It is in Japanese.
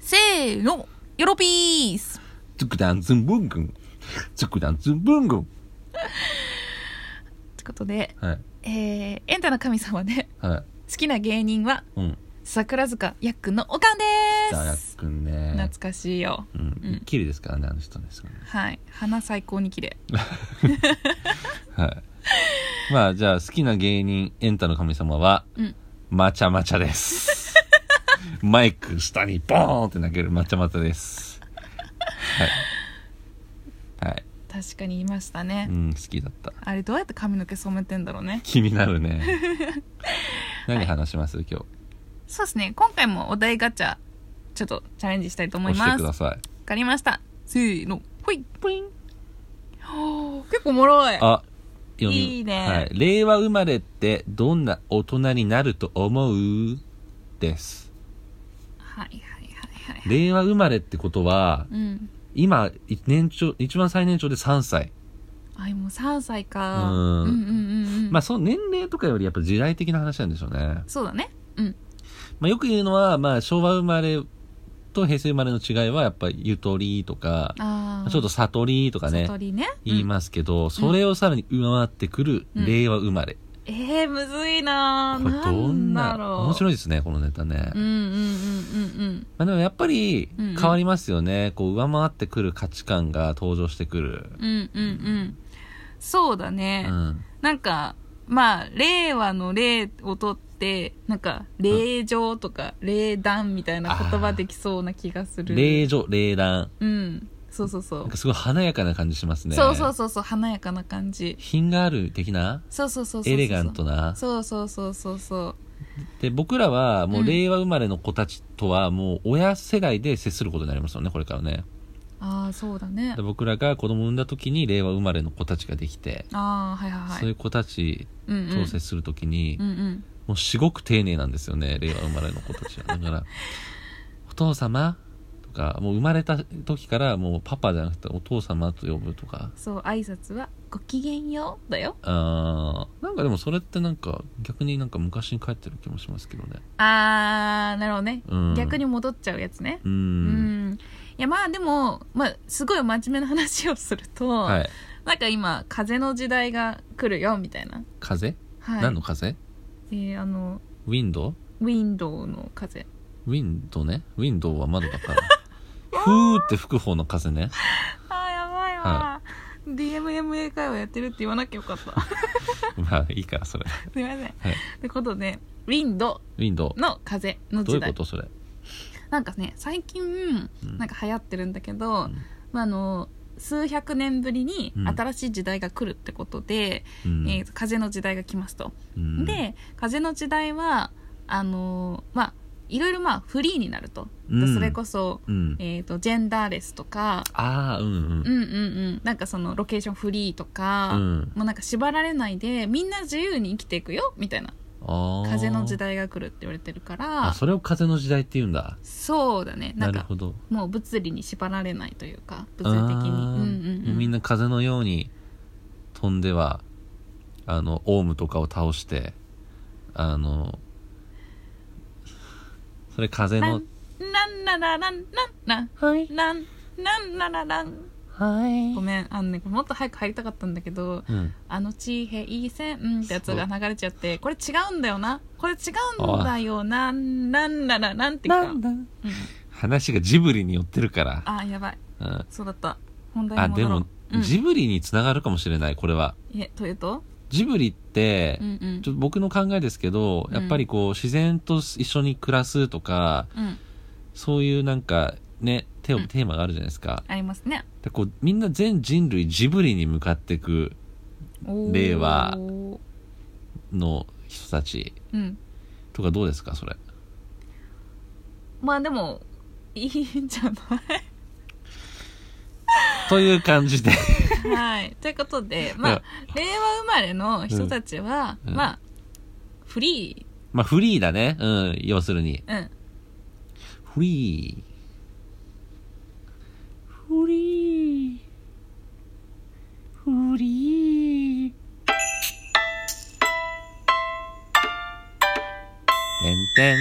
ーの、ヨロピースつくだんつんぶんぐん。つくだんつんぶんぐん。ということで、はい。えー、エンタの神様で、は 好きな芸人は、い。うん。桜塚やっくんのおかんでさあ、やっすくんね。懐かしいよ。ううんん。綺麗ですからね、あの人ですよね。はい。花最高に綺麗。はい。まあ、じゃあ、好きな芸人、エンタの神様は、うん。まちゃまち ゃです。マイク下にボーンって投げるまちゃまちゃです。はい。はい。確かにいましたね。うん、好きだった。あれどうやって髪の毛染めてんだろうね。気にな るね。何話します、今日。そうですね。今回もお題ガチャ、ちょっとチャレンジしたいと思い押ます。してくわださい。かりました。せーの。ほい。ぷりん。ほ ー結構おもろい。あ、読み。いいねはい。令和生まれってどんな大人になると思うです。はいはいはいはい。令和生まれってことは、うん。今、い年長、一番最年長で3歳。あ、もう3歳か。うんうんうんうんうん。まあ、その年齢とかよりやっぱ時代的な話なんでしょうね。そうだね。うん。まあ、よく言うのは、まあ、昭和生まれと平成生まれの違いは、やっぱゆとりとか、ああ。ちょっと悟りとかね、悟りね。言いますけど、それをさらに上回ってくるうん令和生まれ。うん。えー、むずいなーこれどんなな、んだろう。面白いですね、このネタね。うんうんうんまあ、でもやっぱりうんうん変わりますよね、こう上回ってくる価値観が登場してくる、うんうん。うんうんうん。そうだうね。ん、なんか、まあ、令和の令をとって、なんか、令状とか、令断みたいな言葉できそうな気がする。霊女霊蘭うん。そうそうそなう。んかすごい華やかな感じしますねそうそうそうそう、華やかな感じ。品がある的なそうそうそうそうそう。エレガントなそうそうそうそうそう。で僕らはもううん令和生まれの子たちとはもう親世代で接することになりますよねこれからねああ、そうだねで。僕らが子供産んだ時に令和生まれの子たちができて、ああ、はいはいはい。そういう子たちうんうん、と接する時に、うんうん。もうすごく丁寧なんですよね令和生まれの子たちは だから「お父様」とかもう生まれた時からもうパパじゃなくて「お父様」と呼ぶとかそう、挨拶は、ごきげんようだよ。あーなんかでもそれってなんか逆になんか昔に帰ってる気もしますけどねあー、なるほどね。うん逆に戻っちゃうやつね。ううんん。いや、まあでも、まあ、すごい真面目な話をすると、はいなんか今、風の時代が来るよ、みたいな。風、はい。何の風えー、あの、ウィンドウウィンドウの風。ウィンドウねウィンドウは窓だから ふーって吹く方の風ねあー、やばいわ。DMMA 会話やってるって言わなきゃよか った。まあいいからそれウすいません。はいってことで、ウィンドィンドウの風のウどう時いうこ代。とそれなんかね、最近、うんなんか流行ってるんだけど、んまあ、あの数百年ぶりにうん新しい時代が来るってことで、うんえー風の時代が来ますと。うんで風の時代はあのーまあいろいろまあフリーになると、うんそれこそ、うんえー、とジェンダーレスとか、ああうんうんうんうんうん、なんかそのロケーションフリーとか、うんもうなんか縛られないでみんな自由に生きていくよみたいなあー風の時代が来るって言われてるからあそれを風の時代って言うんだそうだねななんるかほどもう物理に縛られないというか物理的に、あうーんうんうん、みんな風のように飛んではあのオウムとかを倒してあのそれ風のなんなららんなんなはいなんなんなららんはいごめんあのねもっと早く入りたかったんだけどうん「あの地平線」ってやつが流れちゃってこれ違うんだよなこれ違うんあだよななんなららんってきただうん話がジブリに寄ってるからあやばいうんそうだった本題あにで戻ろうも、うん、ジブリにつながるかもしれないこれはえというとジブリって、うんうんちょっと僕の考えですけど、うんやっぱりこう自然と一緒に暮らすとかうんそういうなんかねテー,、うんテーマがあるじゃないですかありますねでこうみんな全人類ジブリに向かっていくおー令和の人たちうんとかどうですかそれまあでもいいんじゃないという感じで はい。ということで、まあ、令和生まれの人たちは、うんうんまあ、フリまあフリーだねうん要するにー、うん。フリーフリーフリーてんてん